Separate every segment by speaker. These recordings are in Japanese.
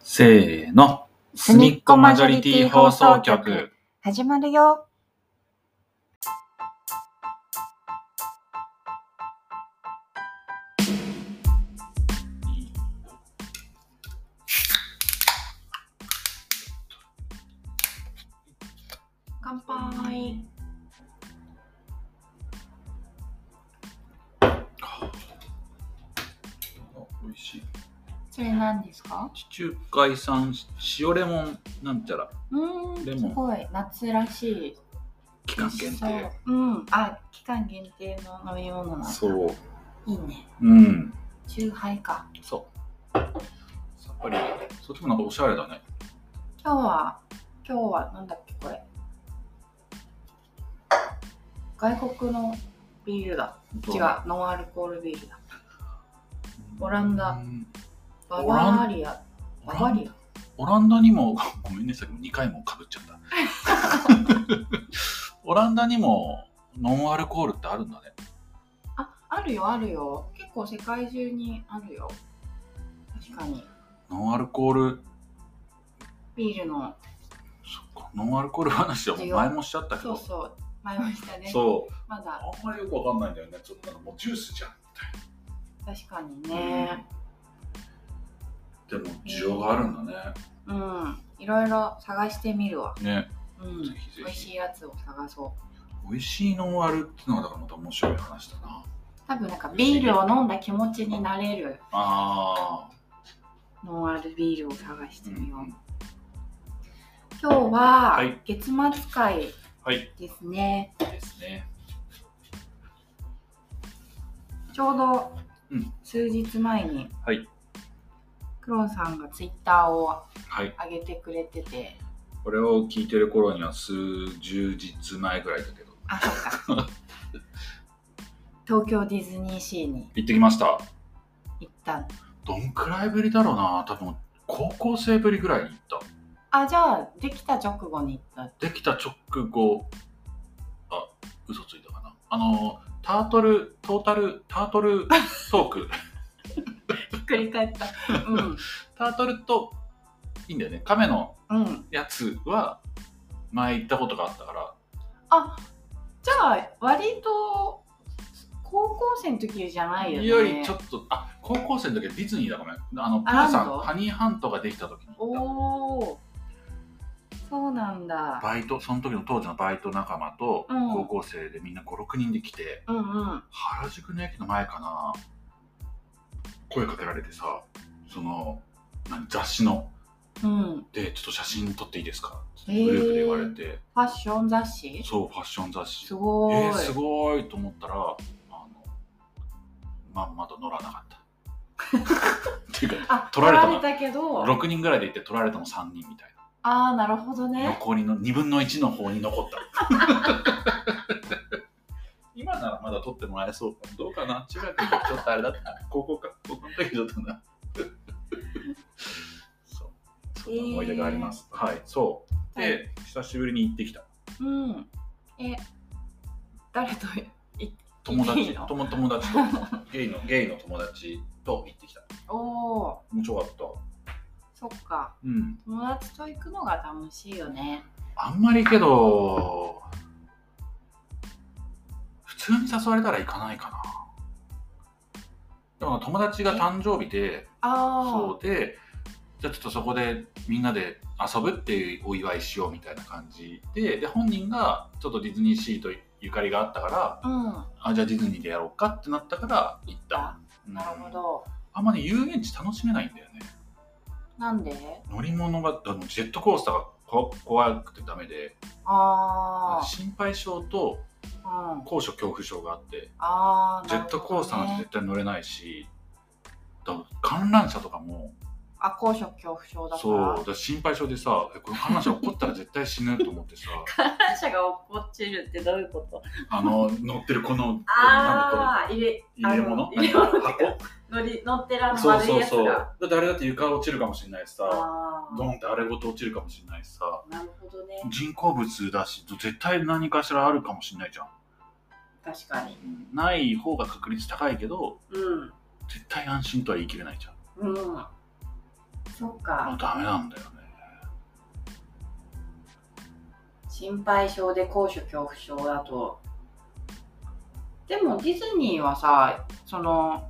Speaker 1: せーの。すみっこマジョリティ放送局。
Speaker 2: 始まるよ。乾杯。
Speaker 1: 美味しい。
Speaker 2: それ何ですか
Speaker 1: 地中海産塩レモンなんちゃら
Speaker 2: うーん、
Speaker 1: レ
Speaker 2: す
Speaker 1: モン
Speaker 2: ごい夏らしい。
Speaker 1: 期間限定。
Speaker 2: そう。うん。あ、期間限定の飲み物なんだ。
Speaker 1: そう。
Speaker 2: いいね。
Speaker 1: うん。
Speaker 2: チューハイか。
Speaker 1: そう。さっぱり。そっちもなんかおしゃれだね。
Speaker 2: 今日は、今日はなんだっけこれ。外国のビールだ。違う、ノンアルコールビールだ。オランダ
Speaker 1: うん
Speaker 2: ババアリア。
Speaker 1: オ
Speaker 2: バ
Speaker 1: ラ
Speaker 2: バ
Speaker 1: ン
Speaker 2: リア。
Speaker 1: オランダにも、 ごめんね、さっきも2回もかぶっちゃ った。オランダにもノンアルコールってあるんだね。
Speaker 2: あ、あるよあるよ。結構世界中にあるよ。確かに。
Speaker 1: ノンアルコール、
Speaker 2: ビールの、
Speaker 1: そっか、ノンアルコール話はもう前もしちゃったけ
Speaker 2: そう
Speaker 1: ど。
Speaker 2: そう、前ましたね。
Speaker 1: そう。
Speaker 2: まだ
Speaker 1: あんまりよくわかんないんだよね。ちょっとなんかもうジュースじゃん。
Speaker 2: 確かにね、
Speaker 1: でも需要があるんだ
Speaker 2: うん、いろいろ探してみるわ。
Speaker 1: ね。ね。
Speaker 2: うん、
Speaker 1: ぜひ
Speaker 2: 美
Speaker 1: ぜ
Speaker 2: 味し
Speaker 1: ひ。
Speaker 2: いやつを探そう。
Speaker 1: 美味しいノンアルってのはだからまた面白い話だな。
Speaker 2: 多分なんかビールを飲んだ気持ちになれる
Speaker 1: ああ。
Speaker 2: ノンアルビールを探してみよう。
Speaker 1: うん
Speaker 2: 今日は
Speaker 1: はい
Speaker 2: 月末会
Speaker 1: はい。
Speaker 2: ですね。
Speaker 1: ですね。
Speaker 2: ちょうど
Speaker 1: うん
Speaker 2: 数日前に、
Speaker 1: はい
Speaker 2: クロンさんがツイッターを
Speaker 1: はい。
Speaker 2: 上げてくれてて、
Speaker 1: これを聞いてる頃には数十日前ぐらいだけど。
Speaker 2: あ、そっ か。東京ディズニーシーに
Speaker 1: 行ってきました。
Speaker 2: 行ったん
Speaker 1: どんくらいぶりだろうな。多分高校生ぶりぐらいに行っ
Speaker 2: あ、じゃあ、できた直後に行った。
Speaker 1: た。できた直後。あ、嘘ついたかな。あの、タートル、トータル、タートルトー ク。
Speaker 2: ひっくり返 った。うん。
Speaker 1: タートルと、いいんだよね。亀の
Speaker 2: うん。
Speaker 1: やつは前行ったことがあったから
Speaker 2: あ、じゃあ、割と、高校生の時じゃないよね。
Speaker 1: よりちょっとあ高校生の時はディズニーだごめんあのプーさ
Speaker 2: ランド
Speaker 1: んハニーハントができた時に行っ
Speaker 2: おお。そうなん
Speaker 1: た
Speaker 2: だ。
Speaker 1: バイトその時の当時のバイト仲間と
Speaker 2: うん
Speaker 1: 高校生でみんな56人で来て、
Speaker 2: うんうん。
Speaker 1: 原宿の駅の前かな声かけられてさその何雑誌の
Speaker 2: うん。
Speaker 1: でちょっと写真撮っていいですか
Speaker 2: え
Speaker 1: グループで言われ
Speaker 2: ー、
Speaker 1: て、
Speaker 2: ファッション雑誌
Speaker 1: そうファッション雑誌
Speaker 2: すご
Speaker 1: え
Speaker 2: ーい。
Speaker 1: ー、すごいと思ったらあのまあまだ乗らなか ったっていうか
Speaker 2: あ、
Speaker 1: 取られたな
Speaker 2: 取られたけど、あ
Speaker 1: 6人ぐらいで行って取られたの3人みたい
Speaker 2: あー、なるほど
Speaker 1: な
Speaker 2: ね。
Speaker 1: 残りの2分の1の方に残った 今ならまだ取ってもらえそうどうかな中学の時ちょっとあれだったな高校か高校の時だった なそうそんな思い出があります、はいそうで、
Speaker 2: はい
Speaker 1: 久しぶりに行ってきた
Speaker 2: うん。え、誰とい
Speaker 1: 友
Speaker 2: いい
Speaker 1: 達
Speaker 2: の
Speaker 1: 友友達 とゲイのゲイの友達と行ってきた
Speaker 2: おお
Speaker 1: 面白かった
Speaker 2: ー、そっか。
Speaker 1: うん、
Speaker 2: 友達と行くのが楽しいよね。
Speaker 1: あんまりけど普通に誘われたら行かないかなでも友達が誕生日で
Speaker 2: あ
Speaker 1: そうでじゃあちょっとそこでみんなで遊ぶっていうお祝いしようみたいな感じでで本人がちょっとディズニーシーとゆかりがあったから
Speaker 2: あ、うん。
Speaker 1: あじゃあディズニーでやろうかってなったから行った
Speaker 2: あ、
Speaker 1: うん
Speaker 2: なるほど。
Speaker 1: あんまり遊園地楽しめないんだよね
Speaker 2: なんで？
Speaker 1: 乗り物があのジェットコースターがこ怖くてダメで
Speaker 2: あ
Speaker 1: 心配性と
Speaker 2: あ、うん。
Speaker 1: 高所恐怖症があって
Speaker 2: ああ、
Speaker 1: ジェットコースターなんて
Speaker 2: ね、
Speaker 1: 絶対乗れないし、だから観覧車とかも
Speaker 2: あ、高所恐怖症だか
Speaker 1: そう
Speaker 2: ら。
Speaker 1: だから心配性でさえこの観覧車起こったら絶対死ぬと思 ってさ
Speaker 2: 感謝が落っこちるってどういうこと？
Speaker 1: あの乗ってるこのなんか
Speaker 2: ああ、入れ
Speaker 1: この入れ物
Speaker 2: あの
Speaker 1: 何
Speaker 2: 入れ
Speaker 1: か
Speaker 2: 物乗り乗ってら
Speaker 1: 箱
Speaker 2: の
Speaker 1: そう
Speaker 2: 丸い
Speaker 1: そう
Speaker 2: やつ
Speaker 1: そう
Speaker 2: が。
Speaker 1: だってあれだって床落ちるかもしれないしさ
Speaker 2: あ
Speaker 1: ドンってあれごと落ちるかもしれないしさ
Speaker 2: あ、なるほどね。
Speaker 1: 人工物だし絶対何かしらあるかもしれないじゃん、
Speaker 2: 確かに。
Speaker 1: うんない方が確率高いけど
Speaker 2: うん。
Speaker 1: 絶対安心とは言い切れないじゃん
Speaker 2: うん。そっ
Speaker 1: も
Speaker 2: か
Speaker 1: うダメなんだよね
Speaker 2: 心配性で高所恐怖症だとでもディズニーはさその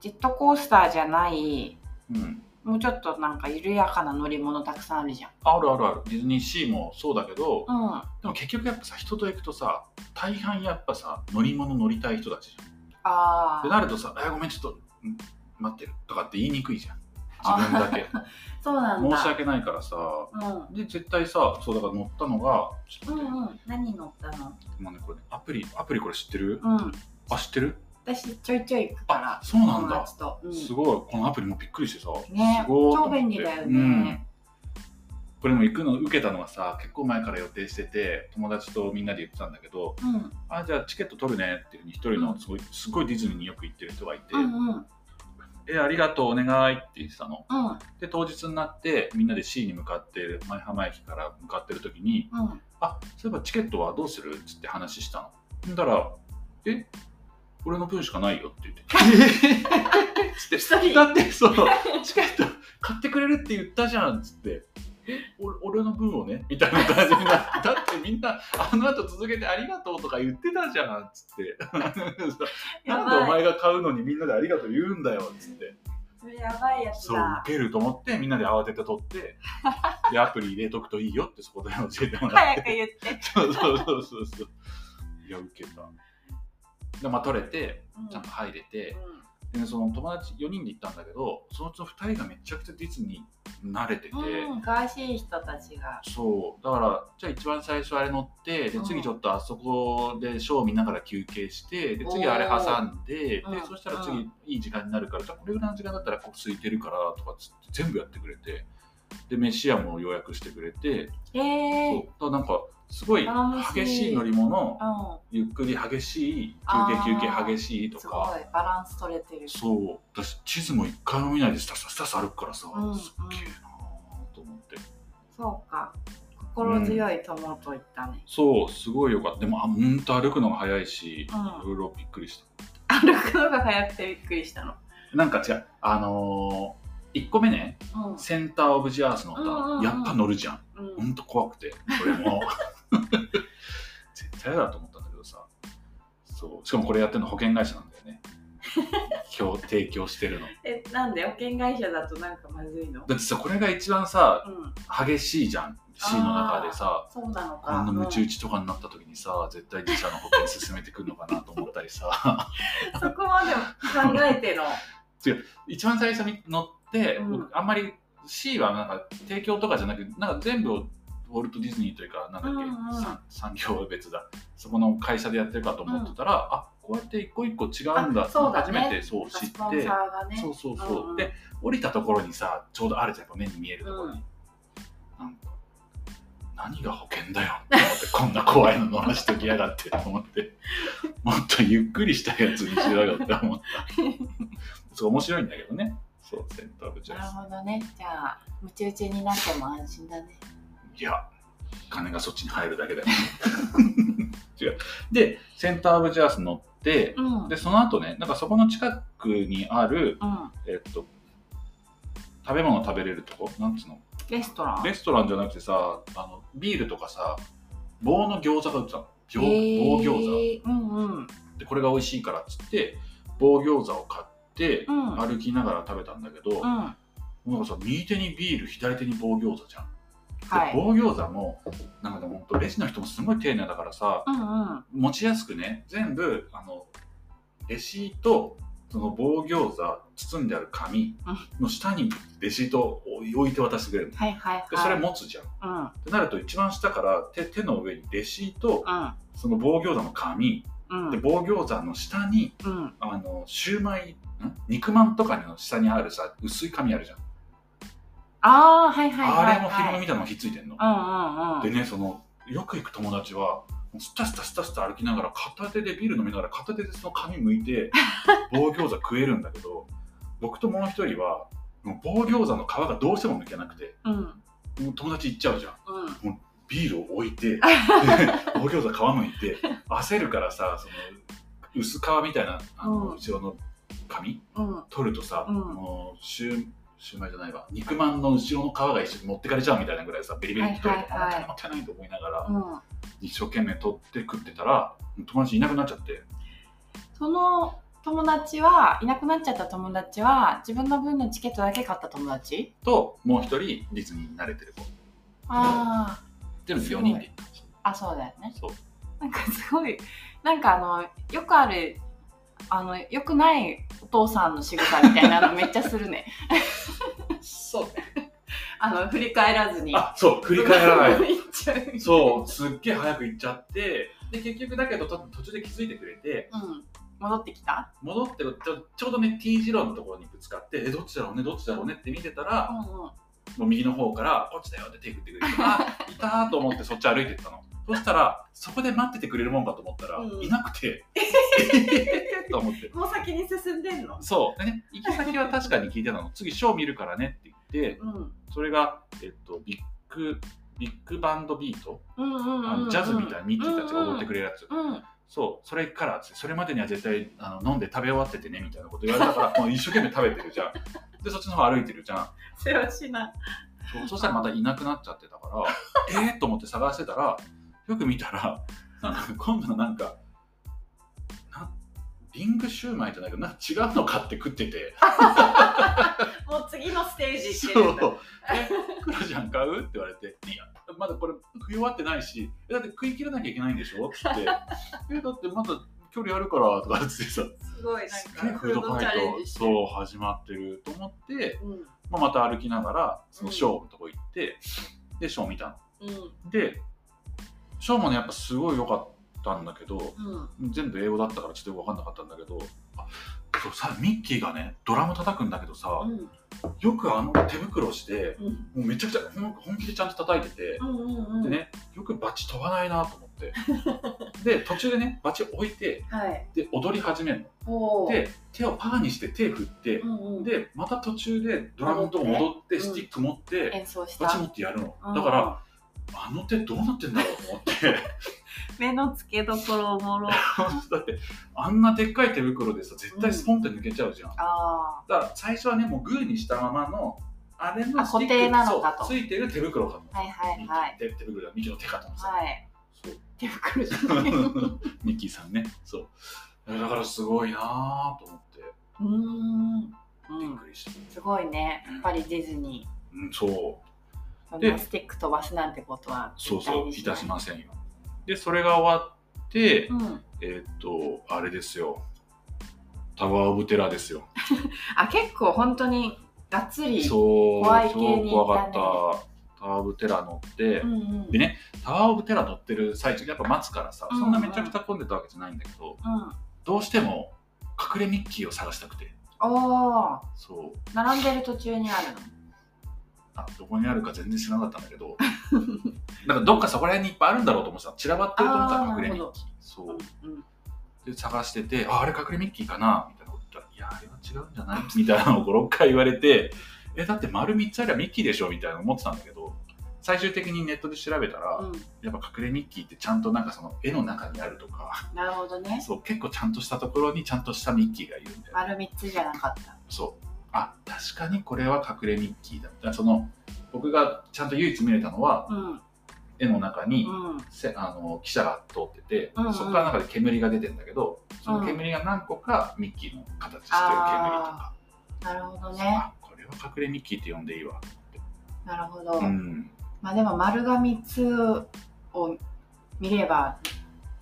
Speaker 2: ジェットコースターじゃない
Speaker 1: うん
Speaker 2: もうちょっとなんか緩やかな乗り物たくさんあるじゃん
Speaker 1: あるあるあるディズニーシーもそうだけど、
Speaker 2: うん
Speaker 1: でも結局やっぱさ人と行くとさ大半やっぱさ乗り物乗りたい人たちじゃん
Speaker 2: あ
Speaker 1: で
Speaker 2: あ
Speaker 1: なるとさ「えごめんちょっとん待ってる」とかって言いにくいじゃん自分だけ
Speaker 2: そう なんだ
Speaker 1: 申し訳ないからさ
Speaker 2: うん
Speaker 1: で絶対さそうだから乗ったのがちょっと
Speaker 2: う
Speaker 1: 待って
Speaker 2: んうん何乗ったの
Speaker 1: 今ねこれねアプリアプリこれ知ってる、
Speaker 2: うん
Speaker 1: あ知ってる
Speaker 2: 私ちょいちょい行くから
Speaker 1: あそうなん
Speaker 2: 友
Speaker 1: だ、
Speaker 2: 達と、うん、
Speaker 1: すごいこのアプリもびっくりしてさ、
Speaker 2: ね
Speaker 1: すごいと思って
Speaker 2: 超便利だよね
Speaker 1: うんこれも行くの受けたのはさ結構前から予定してて友達とみんなで言ってたんだけど
Speaker 2: うん
Speaker 1: あじゃあチケット取るねっていうふうに一人のすごいすごいディズニーによく行ってる人がいて、
Speaker 2: うんうん
Speaker 1: えありがとうお願いって言ってたの
Speaker 2: うん
Speaker 1: で当日になってみんなで C に向かって舞浜駅から向かってる時に
Speaker 2: うん
Speaker 1: 「あそういえばチケットはどうする?」っつって話したのそしたら「え俺の分しかないよ」って言って「えっ?」 つ
Speaker 2: 一
Speaker 1: って「
Speaker 2: 人
Speaker 1: だってそうチケット買ってくれるって言ったじゃん」っつって「え俺俺の分をね」みたいな感じになって「だってみんなあの後続けて「ありがとう」とか言ってたじゃんっつって「
Speaker 2: や
Speaker 1: なんでお
Speaker 2: ばい
Speaker 1: 前が買うのにみんなでありがとう言うんだよ」っつって。
Speaker 2: それやばいやつ
Speaker 1: そう
Speaker 2: だ
Speaker 1: 受けると思ってみんなで慌てて取ってでアプリ入れとくといいよってそこで教えてもらっ
Speaker 2: 早く言って
Speaker 1: てそうそうそうそうそういや受けたでまあ取れて
Speaker 2: うん
Speaker 1: ちゃんと入れて
Speaker 2: うん
Speaker 1: でその友達4人で行ったんだけどそのうちの2人がめちゃくちゃディズニーに慣れてて、
Speaker 2: うん、詳しい人たちが。
Speaker 1: そうだからじゃあ一番最初あれ乗ってで
Speaker 2: うん
Speaker 1: 次ちょっとあそこでショー見ながら休憩してで次
Speaker 2: おー
Speaker 1: あれ挟んでで
Speaker 2: うん
Speaker 1: そしたら
Speaker 2: う
Speaker 1: 次いい時間になるからじゃあこれぐらいの時間だったらここ空いてるからとかつって全部やってくれてで飯屋も予約してくれてそ
Speaker 2: え
Speaker 1: う
Speaker 2: ー、
Speaker 1: だからなんかすごい
Speaker 2: 楽しい
Speaker 1: 激しい乗り物
Speaker 2: うん、
Speaker 1: ゆっくり激しい休
Speaker 2: あ
Speaker 1: 憩休
Speaker 2: ー
Speaker 1: 憩激しいと
Speaker 2: すご
Speaker 1: か
Speaker 2: いバランス取れてる。
Speaker 1: そう私地図も一回も見ないでスタスタスタスタ歩くからさ
Speaker 2: うん
Speaker 1: すっげえなーと思って。
Speaker 2: そうか、心強い友と言ったね。
Speaker 1: そうすごいよかったでもあうんと歩くのが早いし、
Speaker 2: うん
Speaker 1: いろいろびっくりし
Speaker 2: 歩くのが早くてびっくりしたの。
Speaker 1: たなんか違うあのー、1個目ね
Speaker 2: うん、
Speaker 1: センター・オブ・ジ・アースの歌、
Speaker 2: うんうんうん
Speaker 1: やっぱ乗るじゃん
Speaker 2: う
Speaker 1: ほ
Speaker 2: ん、
Speaker 1: んと怖くてこれも 絶対嫌だと思ったんだけどさそうしかもこれやってるの保険会社なんだよ ね今日提供してるの
Speaker 2: え、なんで保険会社だとなんかまずいの？
Speaker 1: だってさこれが一番さ
Speaker 2: うん、
Speaker 1: 激しいじゃんシーンの中でさ
Speaker 2: そうなの
Speaker 1: こ
Speaker 2: か。
Speaker 1: んなムチ
Speaker 2: う
Speaker 1: 打
Speaker 2: ん
Speaker 1: ちとかになった時にさ絶対自社の保険進めてくるのかなと思ったりさ
Speaker 2: そこまで考えての。
Speaker 1: 一番最初に乗って、
Speaker 2: うん
Speaker 1: 僕あんまり C はなんか提供とかじゃなくなんか全部をウォルト・ディズニーというかなんだっけ、
Speaker 2: うんうん
Speaker 1: さ産業別だそこの会社でやってるかと思ってたら、あこうやって一個一個違うんだ
Speaker 2: あそうだね
Speaker 1: 初めてそう知っ
Speaker 2: ス
Speaker 1: て
Speaker 2: ポンサーがね。
Speaker 1: そうそうそう、
Speaker 2: うんうん
Speaker 1: で降りたところにさちょうどあるじゃんやっぱ目に見えるところに、なんか何が保険だよって思ってこんな怖いの乗らしときやがってと思 ってもっとゆっくりしたやつにしろよって思 ったそう面白いんだけどねそうセンターオブジャ
Speaker 2: なる
Speaker 1: ス
Speaker 2: ほどね。じゃあムチ打ちになっても安心だね。
Speaker 1: いや金がそっちに入るだけだよ 違うでセンターオブジャース乗って
Speaker 2: うん。うん。
Speaker 1: でその後ねなんかそこの近くにあるえっと食べ物食べれるとこなんつうの
Speaker 2: レストラン。
Speaker 1: レストランじゃなくてさあのビールとかさ棒の餃子が売ってたの
Speaker 2: え
Speaker 1: 餃棒餃子
Speaker 2: ー、うんうん
Speaker 1: でこれが美味しいからっつって棒餃子を買って
Speaker 2: うん
Speaker 1: 歩きながら食べたんだけど、
Speaker 2: うん。
Speaker 1: なんかさ右手にビール左手に棒餃子じゃん、
Speaker 2: はい。
Speaker 1: で棒餃子もなんかでもほんとレジの人もすごい丁寧だからさ
Speaker 2: うんうん。
Speaker 1: 持ちやすくね全部あのレシートその棒餃子包んである紙の下にレシートを置いて渡してくれるの
Speaker 2: はいはいはい。
Speaker 1: でそれ持つじゃん
Speaker 2: うん。うん。
Speaker 1: ってなると一番下から手手の上にレシートその棒餃子の紙
Speaker 2: うん。
Speaker 1: で棒餃子の下に
Speaker 2: うん。
Speaker 1: あのシューマイん肉まんとかの下にあるさ薄い紙あるじゃん、
Speaker 2: ああ、はいはいはい、はい。
Speaker 1: あれもフィルムみたいなのがひっついてんの、
Speaker 2: うんうんうん。
Speaker 1: でねそのよく行く友達はスタスタスタスタ歩きながら片手でビール飲みながら片手でその紙剥い て棒餃子食えるんだけど僕ともう一人はもう棒餃子の皮がどうしても抜けなくて
Speaker 2: うん。
Speaker 1: もう友達行っちゃうじゃん
Speaker 2: うん。
Speaker 1: ビールを置い て棒餃子皮むいて焦るからさその薄皮みたいなあの
Speaker 2: うん
Speaker 1: 後ろの紙
Speaker 2: うん。
Speaker 1: 取るとさ、
Speaker 2: うん
Speaker 1: もうシューシューマイじゃないわ肉まんの後ろの皮が一緒に持ってかれちゃうみたいなぐらいさビリビリに取れて、
Speaker 2: はいはいはい
Speaker 1: あもったいないと思いながら
Speaker 2: うん、
Speaker 1: 一生懸命取って食ってたら友達いなくなっちゃって
Speaker 2: その友達はいなくなっちゃった友達は自分の分のチケットだけ買った友達
Speaker 1: ともう一人ディズニーに慣れてる子
Speaker 2: あ
Speaker 1: 全部4人で行ったんですよ
Speaker 2: ああそうだよね
Speaker 1: そう
Speaker 2: なんかすごいなんかあのよくあるあのよくないお父さんの仕草みた いなのめっちゃするね
Speaker 1: そう
Speaker 2: あの振り返らずに
Speaker 1: あそう振り返らない
Speaker 2: いっちゃ う
Speaker 1: そうすっげえ早く行っちゃってで結局だけどと途中で気づいてくれて
Speaker 2: うん戻ってきた、
Speaker 1: 戻ってちょちょうどね T 字路のところにぶつかってえどっちだろうねどっちだろうねって見てたら、
Speaker 2: うんうん、
Speaker 1: もう右の方からこっちだよって手振ってくれてあいたーと思ってそっち歩いてったのそしたらそこで待っててくれるもんかと思ったら、
Speaker 2: うん
Speaker 1: いなくてと思って
Speaker 2: もう先に進んでんの
Speaker 1: そうでね行き先は確かに聞いてたの次ショー見るからねって言って
Speaker 2: うんうん
Speaker 1: それが、えっと、ビッグビッグバンドビート、
Speaker 2: うんうん
Speaker 1: あ
Speaker 2: うん、
Speaker 1: のジャズみたいなミッキーたちが踊ってくれるやつ、
Speaker 2: うんうん、
Speaker 1: そうそれからつってそれまでには絶対あの飲んで食べ終わっててねみたいなこと言われた からもう一生懸命食べてるじゃんでそっちの方歩いてるじゃん
Speaker 2: せわしない
Speaker 1: そうそしたらまたいなくなっちゃってたからえーと思って探してたらよく見たらあの今度のなんかなリングシューマイじゃないけどなんか違うの買って食ってて
Speaker 2: もう次のステージ行って
Speaker 1: そ
Speaker 2: るんだ
Speaker 1: う「えクロちゃん買う?」って言われて「いやまだこれ食い終わってないしえだって食い切らなきゃいけないんでしょ?」って 言って「えだってまだ距離あるから」とかって言ってさ
Speaker 2: すごいなん
Speaker 1: す
Speaker 2: か
Speaker 1: げえフードファ
Speaker 2: チャレン
Speaker 1: イ
Speaker 2: ジ
Speaker 1: ト
Speaker 2: して
Speaker 1: そう始まってると思って、
Speaker 2: うん
Speaker 1: まあ、また歩きながらそのショーのとこ行って、でショー見た
Speaker 2: うん
Speaker 1: のでショーもねやっぱすごい良かったんだけど
Speaker 2: うん
Speaker 1: 全部英語だったからちょっとよく分かんなかったんだけどあそうさミッキーがねドラム叩くんだけどさ、
Speaker 2: うん
Speaker 1: よくあの手袋して
Speaker 2: うん
Speaker 1: もうめちゃくちゃほん本気でちゃんと叩いてて、
Speaker 2: うんうんう
Speaker 1: で
Speaker 2: ん
Speaker 1: ねよくバチ飛ばないなと思って で途中でねバチ置いて
Speaker 2: はい
Speaker 1: で踊り始める
Speaker 2: お
Speaker 1: の
Speaker 2: ー
Speaker 1: で手をパーにして手振って、
Speaker 2: うんうん
Speaker 1: でまた途中でドラムのとこ戻ってスティック持って
Speaker 2: 演奏した
Speaker 1: バチ持ってやるの
Speaker 2: うん
Speaker 1: だからあの手どうなってんだろうと思って
Speaker 2: 目の付けどころおもろ
Speaker 1: だってあんなでっかい手袋でさ絶対スポンって抜けちゃうじゃんだか
Speaker 2: あ
Speaker 1: ら最初はねもうグーにしたままのあれの
Speaker 2: あ
Speaker 1: スティック
Speaker 2: 固定なのかと
Speaker 1: そうついてる手袋かと
Speaker 2: あはいはいはい
Speaker 1: ミッキー手手袋だミキの手かと思ってさ
Speaker 2: はい
Speaker 1: そう
Speaker 2: 手袋じゃないう
Speaker 1: ミッキーさんねそうだからすごいなぁと思って
Speaker 2: ーんう
Speaker 1: びっ
Speaker 2: ん
Speaker 1: くりした、
Speaker 2: すごいねやっぱりディズニ
Speaker 1: うん、そう
Speaker 2: ーそん
Speaker 1: で
Speaker 2: なスティック飛ばすなんてことは
Speaker 1: そう
Speaker 2: 絶
Speaker 1: そ
Speaker 2: 対
Speaker 1: う
Speaker 2: に
Speaker 1: い
Speaker 2: しな
Speaker 1: たしませんよでそれが終わって、
Speaker 2: うん
Speaker 1: えーっと、あれですよ。タワーオブテラーですよ。
Speaker 2: あ結構本当にがっつり
Speaker 1: そう、
Speaker 2: 怖い系
Speaker 1: 超
Speaker 2: に行
Speaker 1: 怖
Speaker 2: った
Speaker 1: か
Speaker 2: ね
Speaker 1: った。タワーオブテラー乗って、
Speaker 2: うんうん
Speaker 1: でねタワーオブテラー乗ってる最中、やっぱ待つからさ、
Speaker 2: うん
Speaker 1: そんなめちゃくちゃ混んでたわけじゃないんだけど、
Speaker 2: うん
Speaker 1: どうしても隠れミッキーを探したくて、
Speaker 2: おー
Speaker 1: そう、
Speaker 2: 並んでる途中にあるの
Speaker 1: あどこにあるか全然知らなかったんだけど、 なんかどっかそこら辺にいっぱいあるんだろうと思ってた。散らばってると思った
Speaker 2: あー
Speaker 1: ら隠れミッ
Speaker 2: なるほ
Speaker 1: キー。そう。
Speaker 2: うんうん
Speaker 1: で探してて「ああれ隠れミッキーかな?」みたいなこと言ったら「いやあれは違うんじゃない?」みたいなのを56回言われて「えだって丸3つありゃミッキーでしょ」みたいな思ってたんだけど最終的にネットで調べたら、
Speaker 2: うん
Speaker 1: やっぱ隠れミッキーってちゃんとなんかその絵の中にあるとか
Speaker 2: なるほどね。
Speaker 1: そう結構ちゃんとしたところにちゃんとしたミッキーがいるんだよ、
Speaker 2: 丸三つじゃなかった。
Speaker 1: そうあ確かにこれは隠れミッキーだみたいなその僕がちゃんと唯一見れたのは
Speaker 2: うん。
Speaker 1: 絵の中に、
Speaker 2: うん。
Speaker 1: せあの汽車が通ってて、
Speaker 2: うんうん
Speaker 1: そこから中で煙が出てんだけどその煙が何個かミッキーの形してる煙とか、
Speaker 2: なるほどね。
Speaker 1: あこれは隠れミッキーって呼んでいいわ、
Speaker 2: なるほど。
Speaker 1: うん、
Speaker 2: まあでも丸が三つを見れば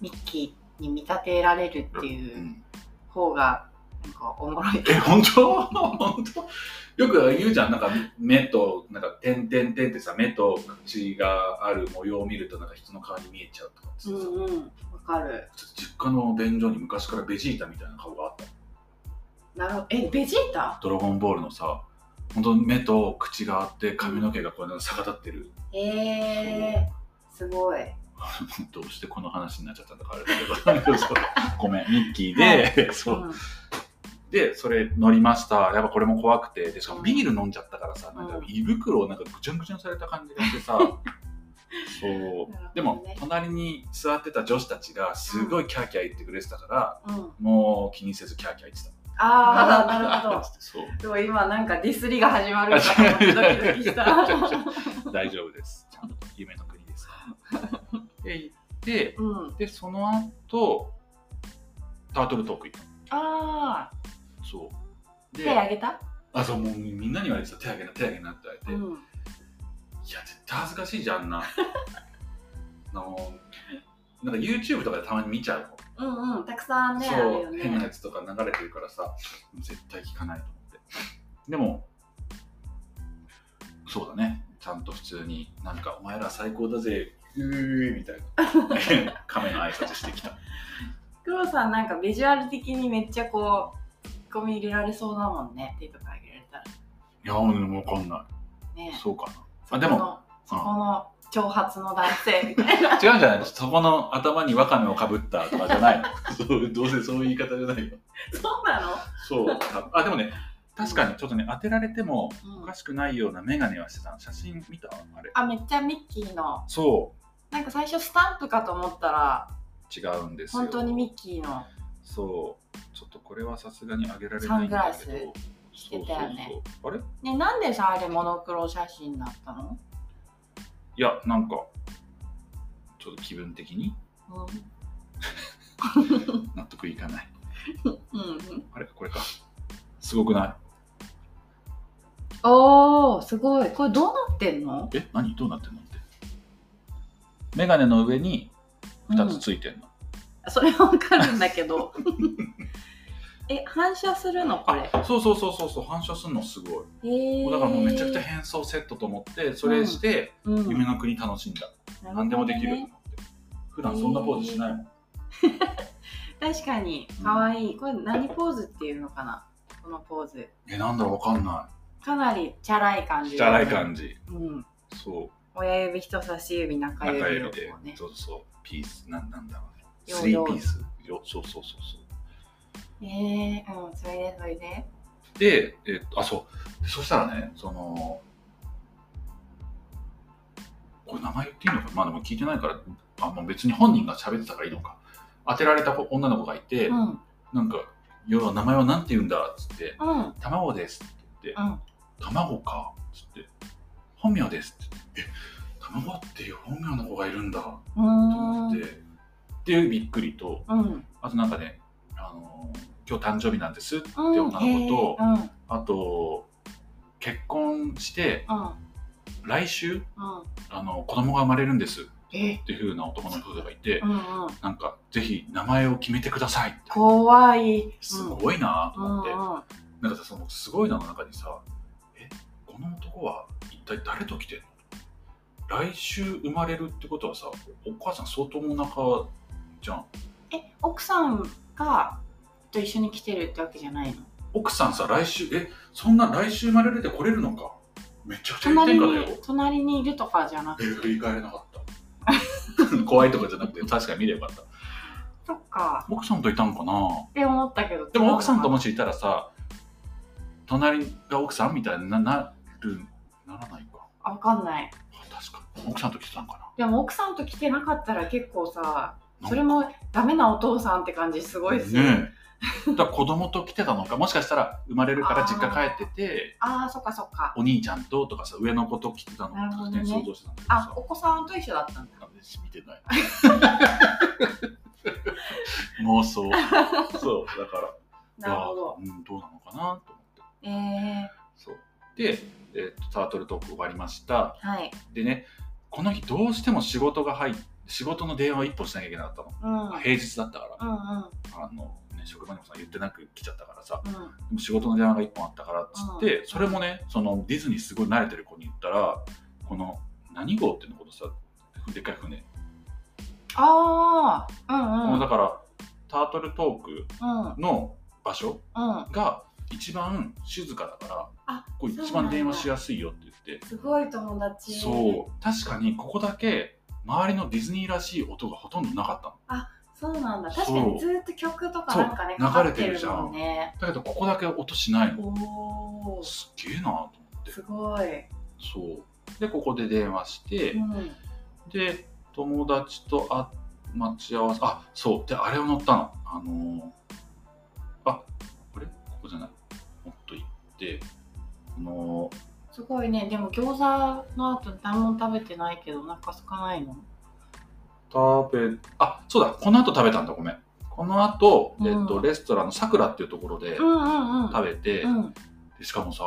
Speaker 2: ミッキーに見立てられるって
Speaker 1: う
Speaker 2: いうん方がなんかおもろい。
Speaker 1: え本当 本当よく言うじゃんなんか目となんか点点点ってさ目と口がある模様を見るとなんか人の顔に見えちゃうとかってさ、
Speaker 2: うん
Speaker 1: ちょっ
Speaker 2: うん。わかる。
Speaker 1: と実家の便所に昔からベジータみたいな顔があった
Speaker 2: なるほど。えベジータ？
Speaker 1: ドラゴンボールのさ本当目と口があって髪の毛がこうやって逆立ってる
Speaker 2: ええー、すごい。
Speaker 1: どうしてこの話になっちゃったんだかあれだけどそうごめんミッキーで、そう
Speaker 2: うん
Speaker 1: でそれ乗りましたやっぱこれも怖くてでしか
Speaker 2: う
Speaker 1: も
Speaker 2: ん
Speaker 1: ビール飲んじゃったからさ、なん
Speaker 2: う
Speaker 1: か
Speaker 2: ん
Speaker 1: 胃袋をなんかぐちゃぐちゃにされた感じがしてさそう
Speaker 2: なるほどね
Speaker 1: でも隣に座ってた女子たちがすごいキャーキャー言ってくれてたから、
Speaker 2: うん。
Speaker 1: もう気にせずキャーキャー言ってた
Speaker 2: ああ、なるほど。
Speaker 1: つって そう
Speaker 2: そう今なんかディスりが始まるからドキドキ した。
Speaker 1: 大丈夫です。ちゃんと夢の国です から。で、行って、
Speaker 2: うん。
Speaker 1: で、その後、タートルトーク行っ
Speaker 2: ああ、
Speaker 1: た。そう。
Speaker 2: 手
Speaker 1: で、
Speaker 2: あげた？
Speaker 1: あ、そう、もうみんなに言われてた、手あげな、手あげなって言われて、
Speaker 2: う
Speaker 1: い
Speaker 2: ん。
Speaker 1: や、絶対恥ずかしいじゃんあんな。 あの、なんか YouTube とかでたまに見ちゃうの。
Speaker 2: うんうん。たくさんねある
Speaker 1: そ
Speaker 2: よ
Speaker 1: う、変な
Speaker 2: ね
Speaker 1: や。つとか流れてるからさ、絶対聞かないと思って。でも、そうだね、ちゃんと普通に、なんか、お前ら最高だぜ、うーみたい な、 亀の挨拶してきた。
Speaker 2: 黒さんなんかビジュアル的にめっちゃこうツッコミ入れられそうだもんね。手とかあげられたら
Speaker 1: いや、もうわかんな
Speaker 2: ね
Speaker 1: い。。そうかな。あ、でも、
Speaker 2: そこのそこの挑発の男性みたい
Speaker 1: 違
Speaker 2: な。
Speaker 1: うんじゃないのそこの頭にワカメをかぶったとかじゃないの そうどうせそういう言い方じゃないよ。
Speaker 2: そうなの？
Speaker 1: そう。あ、でもね、確かにちょっとね、当てられてもお
Speaker 2: うん
Speaker 1: か。しくないような眼鏡はしてたの。写真見たあれ。
Speaker 2: あめっちゃミッキーの
Speaker 1: そ
Speaker 2: なんか最初スタンプかと思ったら
Speaker 1: う。違うんですよ。
Speaker 2: 本当にミッキーの
Speaker 1: そう、ちょっとこれはさすがにあげられ
Speaker 2: サ
Speaker 1: ない
Speaker 2: ン
Speaker 1: ん
Speaker 2: グラ
Speaker 1: だ
Speaker 2: ス
Speaker 1: けど。
Speaker 2: してたよね
Speaker 1: そうそうそうあれ
Speaker 2: ねなんでさあれモノクロ写真だったの？
Speaker 1: いや、なんか、ちょっと気分的に
Speaker 2: う
Speaker 1: 納得いかない。
Speaker 2: んうん。
Speaker 1: あれこれか。すごくな
Speaker 2: おーすごいこれどうなってんの、
Speaker 1: いえ何どうなってんのって。メガネの上に
Speaker 2: う
Speaker 1: 2つ
Speaker 2: ん、
Speaker 1: ついてんの。
Speaker 2: それはわかるんだ けどえ反射するのこれ
Speaker 1: あそうそうそうそうそう、反射するのすごい。
Speaker 2: えー、
Speaker 1: もうだからもうめちゃくちゃ変装セットと思って、それして、
Speaker 2: うん、
Speaker 1: 夢の国楽しんだ。
Speaker 2: なるほどね
Speaker 1: 何でもできると思って。普段そんなポーズしないもん。
Speaker 2: 確かにかわいいこれ何ポーズっていうのかなこのポーズ
Speaker 1: え、なんだろうわかんな
Speaker 2: かなりチャラい感
Speaker 1: い。
Speaker 2: じ
Speaker 1: じゃない感じ。
Speaker 2: うん、
Speaker 1: そう。
Speaker 2: 親指人差し指中指
Speaker 1: 中
Speaker 2: を
Speaker 1: 指
Speaker 2: こ
Speaker 1: で
Speaker 2: うね、
Speaker 1: そうそう、ピース、なんなんだろうね。
Speaker 2: よう
Speaker 1: スリーピース。よそうそうそうそう。
Speaker 2: えー、うんそれでそれで
Speaker 1: で、えっと、あ、そう。でそしたらね、その、これ名前言っていいのかまあでも聞いてないから、あもう別に本人が喋ってたからいいのか。当てられた子女の子がいて、
Speaker 2: うんうん
Speaker 1: なんか、要は名前はなんて言うんだっつって、
Speaker 2: うん
Speaker 1: 卵ですって言って、卵かっつって、本名ですって言って、え、卵っていう本名の子がいるんだと
Speaker 2: うー
Speaker 1: 思
Speaker 2: ん
Speaker 1: って、っていうびっくりと、
Speaker 2: うん
Speaker 1: あとなんかね、あのー今日誕生日なんですって
Speaker 2: うん
Speaker 1: 女の子と、
Speaker 2: うんうん
Speaker 1: あと、結婚して、来週、
Speaker 2: うん
Speaker 1: あの子供が生まれるんですっ
Speaker 2: え
Speaker 1: ていうふうな男の人がいて、
Speaker 2: うんうん
Speaker 1: なんか、ぜひ名前を決めてくださいって。
Speaker 2: 怖い
Speaker 1: すごいなと思って、
Speaker 2: うんうん
Speaker 1: なんかさ、そのすごいなの中にさ、え、この男は一体誰と来てんの来週生まれるってことはさ、お母さん相当お腹じゃん。
Speaker 2: え奥さんがと一緒に来てるってわけじゃないの
Speaker 1: 奥さんさ、来週、え、そんな来週生まれるって来れるのかめちゃくちゃ言
Speaker 2: 隣
Speaker 1: 天
Speaker 2: に
Speaker 1: 下だよ。
Speaker 2: 隣にいるとかじゃな
Speaker 1: え、
Speaker 2: くて
Speaker 1: 振り返れなかった。 怖いとかじゃなくて、確かに見ればよかった。
Speaker 2: そっか
Speaker 1: 奥さんといたんかな
Speaker 2: って思ったけど
Speaker 1: でも奥さんともしいたらさ、隣が奥さんみたいにななる、ならないか。
Speaker 2: あわかんない
Speaker 1: あ確かに。奥さんと来てたんか
Speaker 2: でも奥さんと来てなかったら結構さ
Speaker 1: な。
Speaker 2: それもダメなお父さんって感じすごいですよ
Speaker 1: ねえ。だから子供と来てたのか、もしかしたら生まれるから実家帰ってて、
Speaker 2: あーそっかそっか
Speaker 1: お兄ちゃんととかさ、上の子と来てたのか
Speaker 2: なる
Speaker 1: と
Speaker 2: ほ
Speaker 1: か
Speaker 2: ど
Speaker 1: ね、
Speaker 2: ね
Speaker 1: 想像してたんだけど
Speaker 2: あ
Speaker 1: さ。
Speaker 2: お子さんと一緒だったんだ
Speaker 1: 私見てない 妄想 そうだから
Speaker 2: なるほど
Speaker 1: うわうん、どうなのかなと思って
Speaker 2: えー、
Speaker 1: そうで、えーとタートルトーク終わりました
Speaker 2: はい
Speaker 1: でねこの日どうしても仕事が入って仕事の電話を一本しなきゃいけなかったの、
Speaker 2: うん
Speaker 1: 平日だったか
Speaker 2: うんうん
Speaker 1: らあの、ね、職場にもさ言ってなく来ちゃったからさ
Speaker 2: うん
Speaker 1: でも仕事の電話が一本あったからっつって、それもねそのディズニーすごい慣れてる子に言ったらこの何号っていうのことさでっかい船、
Speaker 2: ああうん
Speaker 1: も
Speaker 2: う
Speaker 1: うんだからタートルトーク
Speaker 2: うん
Speaker 1: の場所
Speaker 2: うん
Speaker 1: が一番静かだから
Speaker 2: あ
Speaker 1: これ一
Speaker 2: そうなん
Speaker 1: 番
Speaker 2: だ
Speaker 1: 電話しやすいよって言って
Speaker 2: すごい友達
Speaker 1: そう確かにここだけ周りのディズニーらしい音がほとんどなかっ
Speaker 2: そうなんだ
Speaker 1: そう
Speaker 2: 確かにずっと曲とかなんかね
Speaker 1: そう
Speaker 2: かかって
Speaker 1: 流れてる
Speaker 2: る
Speaker 1: じゃん
Speaker 2: もんね
Speaker 1: たのだけどここだけ音しないの
Speaker 2: おお
Speaker 1: すっげえなと思って
Speaker 2: すごい、
Speaker 1: そうでここで電話して、
Speaker 2: うん、
Speaker 1: で友達とあ待ち合わせあそうであれを乗ったのあのーあこれこもっと行ってこの
Speaker 2: すごいねでも餃子の後何も食べてないけどお腹空かないの
Speaker 1: 食べあそうだこの後食べたんだごめんこの後、
Speaker 2: うん
Speaker 1: えっとレストランのさくらっていうところで
Speaker 2: うんうんうん
Speaker 1: 食べて、
Speaker 2: うん
Speaker 1: でしかもさ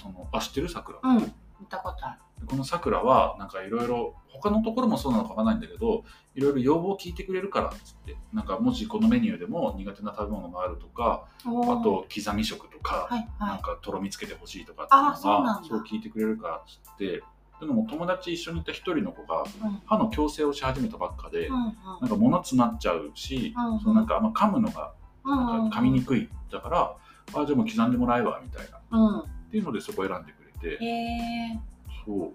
Speaker 1: そのあ知ってるさくら
Speaker 2: うん見たことある
Speaker 1: このさくらはなんかいろいろ他のところもそうなのかわからないんだけどいろいろ要望を聞いてくれるからっつってなんかもしこのメニューでも苦手な食べ物があるとか
Speaker 2: お
Speaker 1: あ
Speaker 2: ー
Speaker 1: と刻み食とか、
Speaker 2: はい
Speaker 1: な
Speaker 2: は
Speaker 1: んかとろみつけてほしいとか
Speaker 2: あ
Speaker 1: っていうのが
Speaker 2: そう
Speaker 1: そ
Speaker 2: な
Speaker 1: うん
Speaker 2: だ
Speaker 1: 聞いてくれるからっつってでも友達一緒にいた一人の子が
Speaker 2: いうん
Speaker 1: 歯の矯正をし始めたばっかで、
Speaker 2: うん
Speaker 1: なんか物詰まっちゃうし、
Speaker 2: うんうん
Speaker 1: そのなんかあんま噛むのが
Speaker 2: うん
Speaker 1: なんか噛みにくいだから、あじゃあもう刻んでもらえばみたいなっ
Speaker 2: うん
Speaker 1: ていうのでそこ選んでくれて、
Speaker 2: へえ
Speaker 1: そうも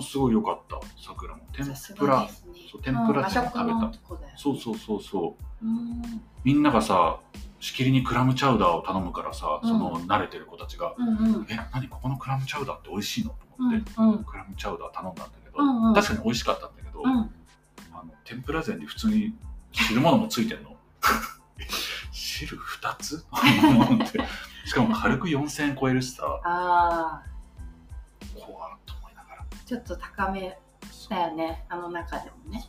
Speaker 1: うすごい良かったさくらも天
Speaker 2: さす
Speaker 1: ぷ
Speaker 2: が
Speaker 1: ら
Speaker 2: ですね
Speaker 1: そう天ぷら
Speaker 2: うん和食の
Speaker 1: 食べ
Speaker 2: とこだよね
Speaker 1: そうそうそうそう
Speaker 2: うん
Speaker 1: みんながさしきりにクラムチャウダーを頼むからさ、
Speaker 2: うん
Speaker 1: その慣れてる子たちが
Speaker 2: うんうん
Speaker 1: 「え何ここのクラムチャウダーって美味しいの?」と
Speaker 2: う
Speaker 1: 思って、
Speaker 2: んうん
Speaker 1: クラムチャウダー頼んだんだけど、
Speaker 2: うんうん
Speaker 1: 確かに美味しかったんだけど、
Speaker 2: うん
Speaker 1: あの天ぷら膳に普通に汁物もついてん の汁2つってしかも軽く4000円超えるしさ
Speaker 2: ああ
Speaker 1: 怖っと思いながら
Speaker 2: ちょっと高めだよねあの中でもね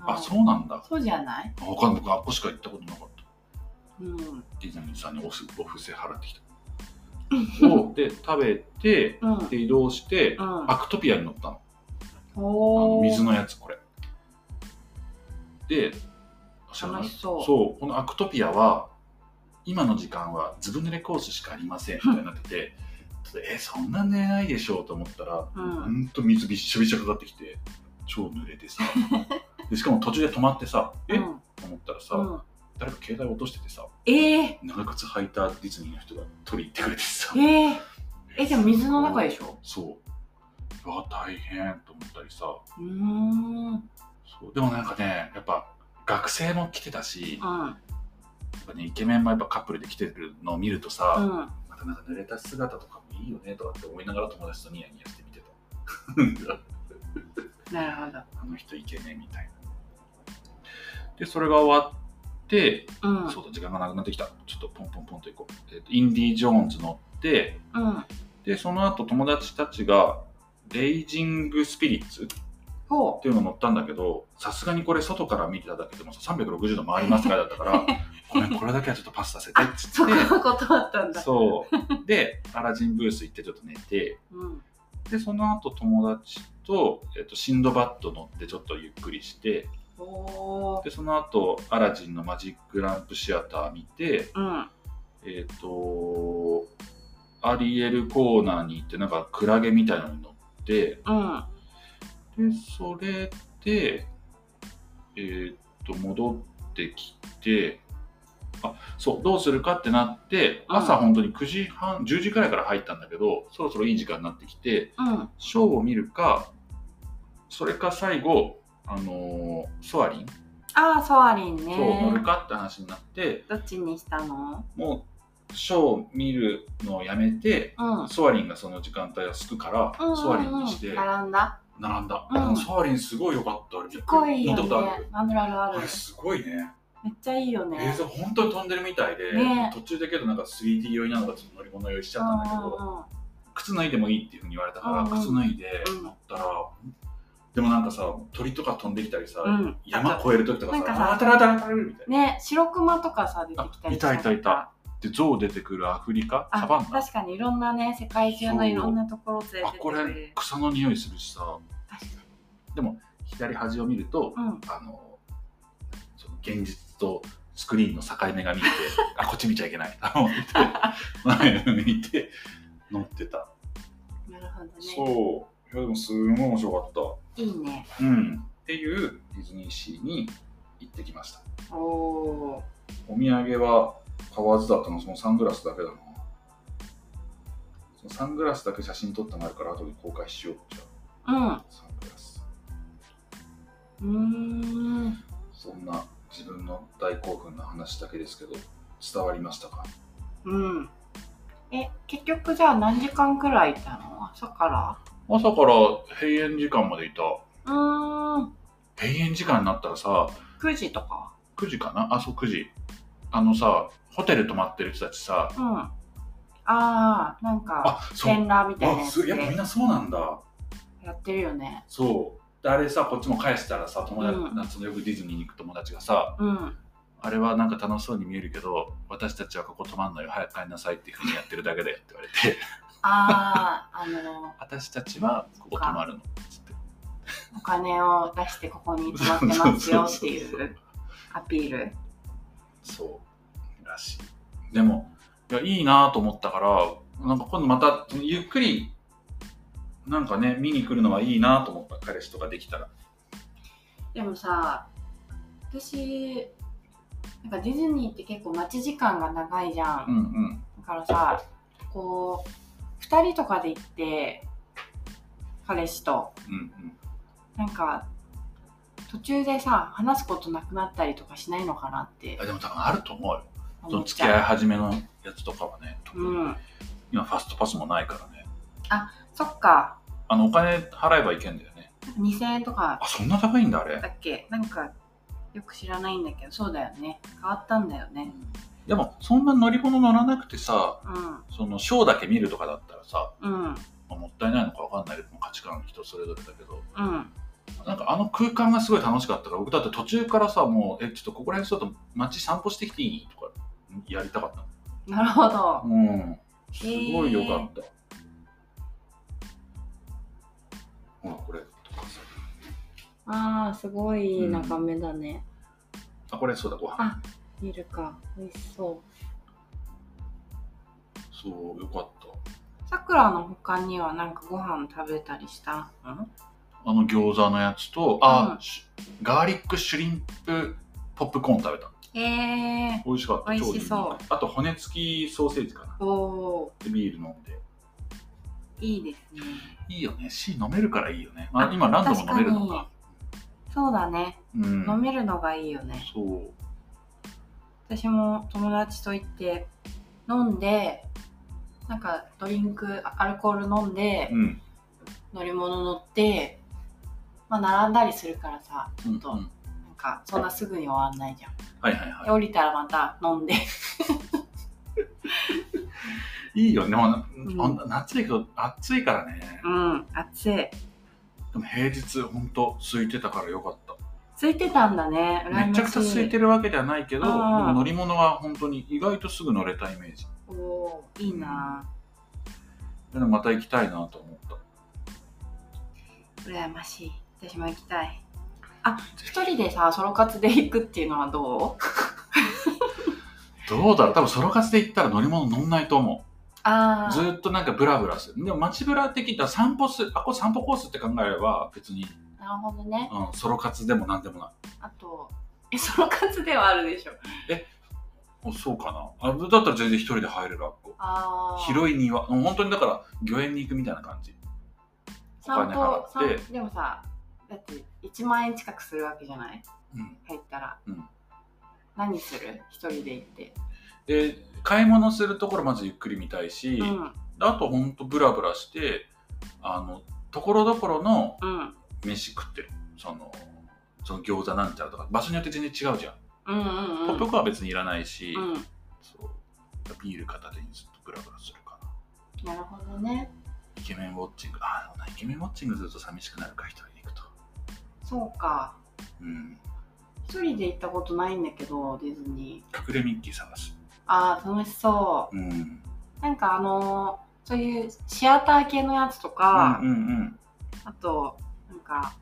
Speaker 1: あそうなんだ
Speaker 2: そうじゃない
Speaker 1: あ他の僕あっこしか行ったことなかった
Speaker 2: うん
Speaker 1: ディズニーさんにお布お布施払 ってきたをで食べて
Speaker 2: うん
Speaker 1: で移動して、
Speaker 2: うん
Speaker 1: アクトピアに乗ったのあ
Speaker 2: お
Speaker 1: の
Speaker 2: お
Speaker 1: 水のやつこれで
Speaker 2: 楽しそう
Speaker 1: そう、このアクトピアは、今の時間はずぶ濡れコースしかありませんみたいになってて、ちょっとえ、そんな寝ないでしょうと思ったら、
Speaker 2: う
Speaker 1: ほ
Speaker 2: ん
Speaker 1: んと水びっしょびしょかかってきて、超濡れて さ、でしかも途中で止まってさ、え、
Speaker 2: うん
Speaker 1: と思ったらさ、
Speaker 2: うん
Speaker 1: 誰か携帯落としててさ、
Speaker 2: ええ
Speaker 1: 長靴履いたディズニーの人が取り行ってくれてさ、
Speaker 2: えええでも水の中でしょ
Speaker 1: そう、うわ、大変と思ったりさ、
Speaker 2: うーんうん
Speaker 1: そうでもなんかね、やっぱ学生も来てたし、やっぱね、イケメンもやっぱカップルで来てるのを見るとさ、
Speaker 2: うん
Speaker 1: またなんか濡れた姿とかもいいよねとかって思いながら友達とニヤニヤして見てた
Speaker 2: なるほど
Speaker 1: あの人イケメンみたいなでそれが終わって、
Speaker 2: うん
Speaker 1: そうだ時間がなくなってきたちょっとポンポンポンと行こう、えっとインディ・ジョーンズ乗って
Speaker 2: うん
Speaker 1: でその後友達たちがレイジングスピリッツっ
Speaker 2: ほ
Speaker 1: ていうの乗ったんだけどさすがにこれ外から見てただけでもさ360度回りますからだったから ごめんこれだけはちょっとパスさせてっ
Speaker 2: う
Speaker 1: つって
Speaker 2: そこは断ったんだ
Speaker 1: そう。で、アラジンブース行ってちょっと寝て、
Speaker 2: うん
Speaker 1: で、その後友達と、えっと、シンドバッド乗ってちょっとゆっくりして、
Speaker 2: おお
Speaker 1: で、その後、アラジンのマジックランプシアター見て、
Speaker 2: うん
Speaker 1: えっ、と、アリエルコーナーに行って、なんかクラゲみたいなのに乗って、
Speaker 2: うん
Speaker 1: で、それで、えっ、と、戻ってきて、あ、そう、どうするかってなって、
Speaker 2: うん
Speaker 1: 朝本当に9時半、10時くらいから入ったんだけど、そろそろいい時間になってきて、
Speaker 2: うん
Speaker 1: ショーを見るか、それか最後、あのーソアリン、
Speaker 2: ああソアリン
Speaker 1: ショー乗る
Speaker 2: ね
Speaker 1: かって話になって、
Speaker 2: どっちにしたの
Speaker 1: もう、ショーを見るのをやめて、
Speaker 2: うん
Speaker 1: ソアリンがその時間帯が空くから、ソアリンにして
Speaker 2: うんうんうん並んだ
Speaker 1: 並んだ。
Speaker 2: うん
Speaker 1: でもソアリンすごい良かった。あれびっ
Speaker 2: す
Speaker 1: く
Speaker 2: ご
Speaker 1: り見
Speaker 2: い
Speaker 1: た
Speaker 2: よね
Speaker 1: ことある。
Speaker 2: あるあるあ
Speaker 1: あ
Speaker 2: る
Speaker 1: れすごいね。
Speaker 2: めっちゃいいよね
Speaker 1: 映像本当に飛んでるみたいで、
Speaker 2: ね
Speaker 1: 途中でけどなんか 3D 酔いなのかちょっと乗り物酔いしちゃったんだけど、靴脱いでもいいっていうふうに言われたから、
Speaker 2: うんうん
Speaker 1: 靴脱いで
Speaker 2: うん
Speaker 1: 乗ったら、でもなんかさ鳥とか飛んできたりさ、
Speaker 2: うんうんうん
Speaker 1: 山越える時とかさ
Speaker 2: なんかさ
Speaker 1: あたらたらたらみたいな。
Speaker 2: ね白熊とかさ出てきたり
Speaker 1: あいたいたいたで象出てくるアフリカ
Speaker 2: あ
Speaker 1: サバンナあ
Speaker 2: 確かにいろんなね世界中のいろんなところ連れてって
Speaker 1: こ
Speaker 2: くれ
Speaker 1: れ
Speaker 2: る
Speaker 1: 草の匂いするしさ
Speaker 2: 確か
Speaker 1: でも左端を見ると、
Speaker 2: にうん
Speaker 1: あのその現実とスクリーンの境目が 見えてあこっち見ちゃいけないと思って前を見て乗ってた、
Speaker 2: なるほどね。
Speaker 1: そういやでもすごい面白かっ
Speaker 2: いいね。
Speaker 1: た、うん、っていうディズニーシーに行ってきました
Speaker 2: おお
Speaker 1: お土産は買わずだったのそのサングラスだけだなそのサングラスだけ写真撮ったのあるから後で公開しようじゃ
Speaker 2: ー。
Speaker 1: あサングラス
Speaker 2: うん。うーん。
Speaker 1: そんな自分の大興奮な話だけですけど伝わりましたか
Speaker 2: うん。え、結局じゃあ何時間くらいいたの朝か
Speaker 1: 朝から閉園時間までいた
Speaker 2: らうーん。
Speaker 1: 閉園時間になったらさ
Speaker 2: 9時とか
Speaker 1: 9時かなあそう9時あのさホテル泊まってる人たちさ
Speaker 2: うん。ああ、なんか、
Speaker 1: あそう
Speaker 2: 全裸みたいな
Speaker 1: あ
Speaker 2: や
Speaker 1: す
Speaker 2: つ
Speaker 1: やっぱみん
Speaker 2: で
Speaker 1: なそうなんだ
Speaker 2: やってるよね。
Speaker 1: そうであれさこっちも返したらさ友達、
Speaker 2: うん
Speaker 1: 夏のよくディズニーに行く友達がさ
Speaker 2: うん。
Speaker 1: あれはなんか楽しそうに見えるけど私たちはここ止まんのよ早く帰んなさいっていうふうにやってるだけだよって言われて
Speaker 2: ああ、あの、
Speaker 1: 私たちはここ止まるのっつって
Speaker 2: お金を出してここに泊まってますよってい
Speaker 1: そうそうそう
Speaker 2: うアピール。
Speaker 1: そうらしいでもいやいいなと思ったからなんか今度またゆっくりなんかね見に来るのはいいなと思った彼氏とかできたら
Speaker 2: でもさ、私、なんかディズニーって結構待ち時間が長いじゃん
Speaker 1: うんうん
Speaker 2: だからさこう2人とかで行って彼氏と
Speaker 1: うん
Speaker 2: なんか途中でさ話すことなくなったりとかしないのかなっ
Speaker 1: う
Speaker 2: て
Speaker 1: んあでも多分あると思うよそ
Speaker 2: 思
Speaker 1: の
Speaker 2: っ
Speaker 1: 付き
Speaker 2: ち
Speaker 1: 合い
Speaker 2: ゃう。
Speaker 1: 始めのやつとかはね特に、
Speaker 2: うん、
Speaker 1: 今ファストパスもないからね
Speaker 2: そっか
Speaker 1: あのお金払えばいけんだよね
Speaker 2: 2000円とか
Speaker 1: あそんな高いんだあれ
Speaker 2: だっけなんかよく知らないんだけどそうだよね変わったんだよね
Speaker 1: でもそんな乗り物乗らなくてさ
Speaker 2: うん
Speaker 1: そのショーだけ見るとかだったらさ、
Speaker 2: うん
Speaker 1: まあもったいないのかわかんないけど価値観人それぞれだけど
Speaker 2: うん
Speaker 1: なんかあの空間がすごい楽しかったから僕だって途中からさもうえちょっとここら辺ちょっと街散歩してきていいとかやりたかった
Speaker 2: なるほど
Speaker 1: うんすごいよかった、ほらこれとかさ
Speaker 2: あーすごい眺めだね、
Speaker 1: あこれそうだご飯
Speaker 2: あ見るか美味しそ
Speaker 1: そうよかった
Speaker 2: うさくらの他にはなんかご飯食べたりしたの
Speaker 1: あの餃子のやつと、
Speaker 2: う
Speaker 1: あ
Speaker 2: ん、
Speaker 1: シュガーリックシュリンプポップコーン食べた。
Speaker 2: へえ
Speaker 1: 美味しかった。
Speaker 2: 美味しそう
Speaker 1: 超いいあと骨付きソーセージかな。
Speaker 2: ー、おー
Speaker 1: でビール飲んで。
Speaker 2: いいですね
Speaker 1: いいよね。C 飲めるからいいよね。あ
Speaker 2: あ
Speaker 1: 今ランドも飲めるのか。
Speaker 2: そうだね、
Speaker 1: うん。
Speaker 2: 飲めるのがいいよね
Speaker 1: そう。
Speaker 2: 私も友達と行って飲んでなんかドリンクアルコール飲んで、
Speaker 1: うん。
Speaker 2: 乗り物乗ってまあ並んだりするからさちょっと、
Speaker 1: うんうん
Speaker 2: なんかそんなすぐに終わんないじゃん、
Speaker 1: はいはい
Speaker 2: で
Speaker 1: は
Speaker 2: 降りたらまた飲んで
Speaker 1: い。いいよね。ほん
Speaker 2: ん
Speaker 1: ほん夏だけど暑いからね。
Speaker 2: うん暑い
Speaker 1: でも平日ほんと空いてたからよかった。
Speaker 2: 空いてたんだね羨ましい
Speaker 1: めちゃくちゃ空いてるわけではないけど、
Speaker 2: あ
Speaker 1: で
Speaker 2: ー
Speaker 1: も乗り物は本当に意外とすぐ乗れたイメージ。
Speaker 2: おおーいいな
Speaker 1: でもまた行きたいなと思った。
Speaker 2: 羨ましい私も行きたいあ一人でさソロ活で行くっていうのはどう
Speaker 1: どうだろう多分ソロ活で行ったら乗り物乗んないと思
Speaker 2: あ
Speaker 1: う。ずーっとなんかブラブラする。でも街ブラ的に言ったら散歩する、あ、これ散歩コースって考えれば別に、
Speaker 2: なるほどね
Speaker 1: うん、ソロ活でも何でもない。
Speaker 2: あとえソロ活ではあるでしょ
Speaker 1: おそうかな。あだったら全然一人で入れる学校。
Speaker 2: ああい
Speaker 1: 広い庭。もう本当にだから、御苑に行くみたいな感じ。
Speaker 2: 散歩
Speaker 1: お金払って
Speaker 2: 散でもさだって1万円近くするわけじゃない
Speaker 1: うん。
Speaker 2: 入ったら、
Speaker 1: うん
Speaker 2: 何する一人で行って、
Speaker 1: で、買い物するところまずゆっくり見たいし、
Speaker 2: うん
Speaker 1: あとほんとブラブラして、あの、ところどころの
Speaker 2: うん、
Speaker 1: 飯食ってる。その、その餃子なんちゃらとか、場所によって全然違うじゃん。
Speaker 2: うんうんうん
Speaker 1: ポップコーンは別にいらないし、
Speaker 2: うん
Speaker 1: そうビール片手にずっとブラブラするかな
Speaker 2: なるほどね
Speaker 1: イケメンウォッチングああでもなイケメンウォッチングすると寂しくなるか一人で行くと
Speaker 2: そうか
Speaker 1: うん
Speaker 2: 一人で行ったことないんだけどディズニー
Speaker 1: 隠れミッキー探す
Speaker 2: あー楽しそ
Speaker 1: うん
Speaker 2: うなんかあのーそういうシアター系のやつとか、
Speaker 1: うんうん
Speaker 2: あとなんか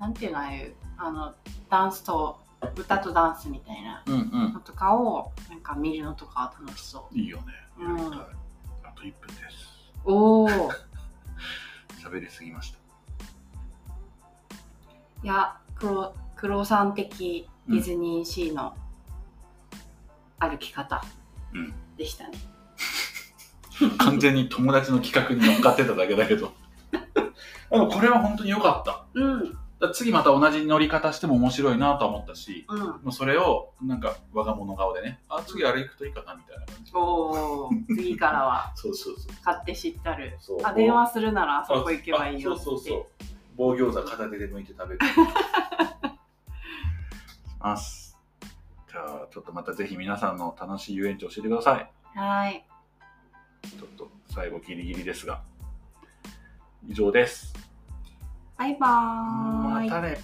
Speaker 2: なんていうのああいうあのダンスと歌とダンスみたいな
Speaker 1: うんうん
Speaker 2: のとかをなんか見るのとか楽しそ
Speaker 1: いいよね
Speaker 2: うん
Speaker 1: やりたいあと1分です
Speaker 2: うおお
Speaker 1: 喋りすぎました
Speaker 2: いや黒黒さん的ディズニーシーの歩き方
Speaker 1: うん
Speaker 2: でしたね、
Speaker 1: 完全に友達の企画に乗っかってただけだけど でもこれは本当に良かっただか
Speaker 2: うん、うん
Speaker 1: ら次また同じ乗り方しても面白いなとは思ったしもうそれをなんか我が物顔でねあ次あれ行くといいかなみたいな感じ
Speaker 2: おお 次からは
Speaker 1: そうそうそう
Speaker 2: 買って知ったる
Speaker 1: そう
Speaker 2: あ電話するならあそこ行けばいいよ
Speaker 1: あ
Speaker 2: って
Speaker 1: そうそうそう棒餃子片手で剥いて食べるますじゃあちょっとまたぜひ皆さんの楽しい遊園地教えてください
Speaker 2: はーい
Speaker 1: ちょっと最後ギリギリですが以上です
Speaker 2: バイバー
Speaker 1: ま
Speaker 2: イ。
Speaker 1: たね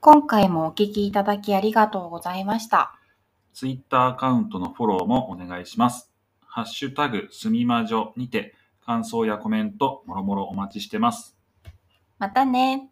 Speaker 2: 今回もお聞きいただきありがとうございました。
Speaker 1: ツイッターアカウントのフォローもお願いします。ハッシュタグすみまじょにて感想やコメントもろもろお待ちしてます。
Speaker 2: またね。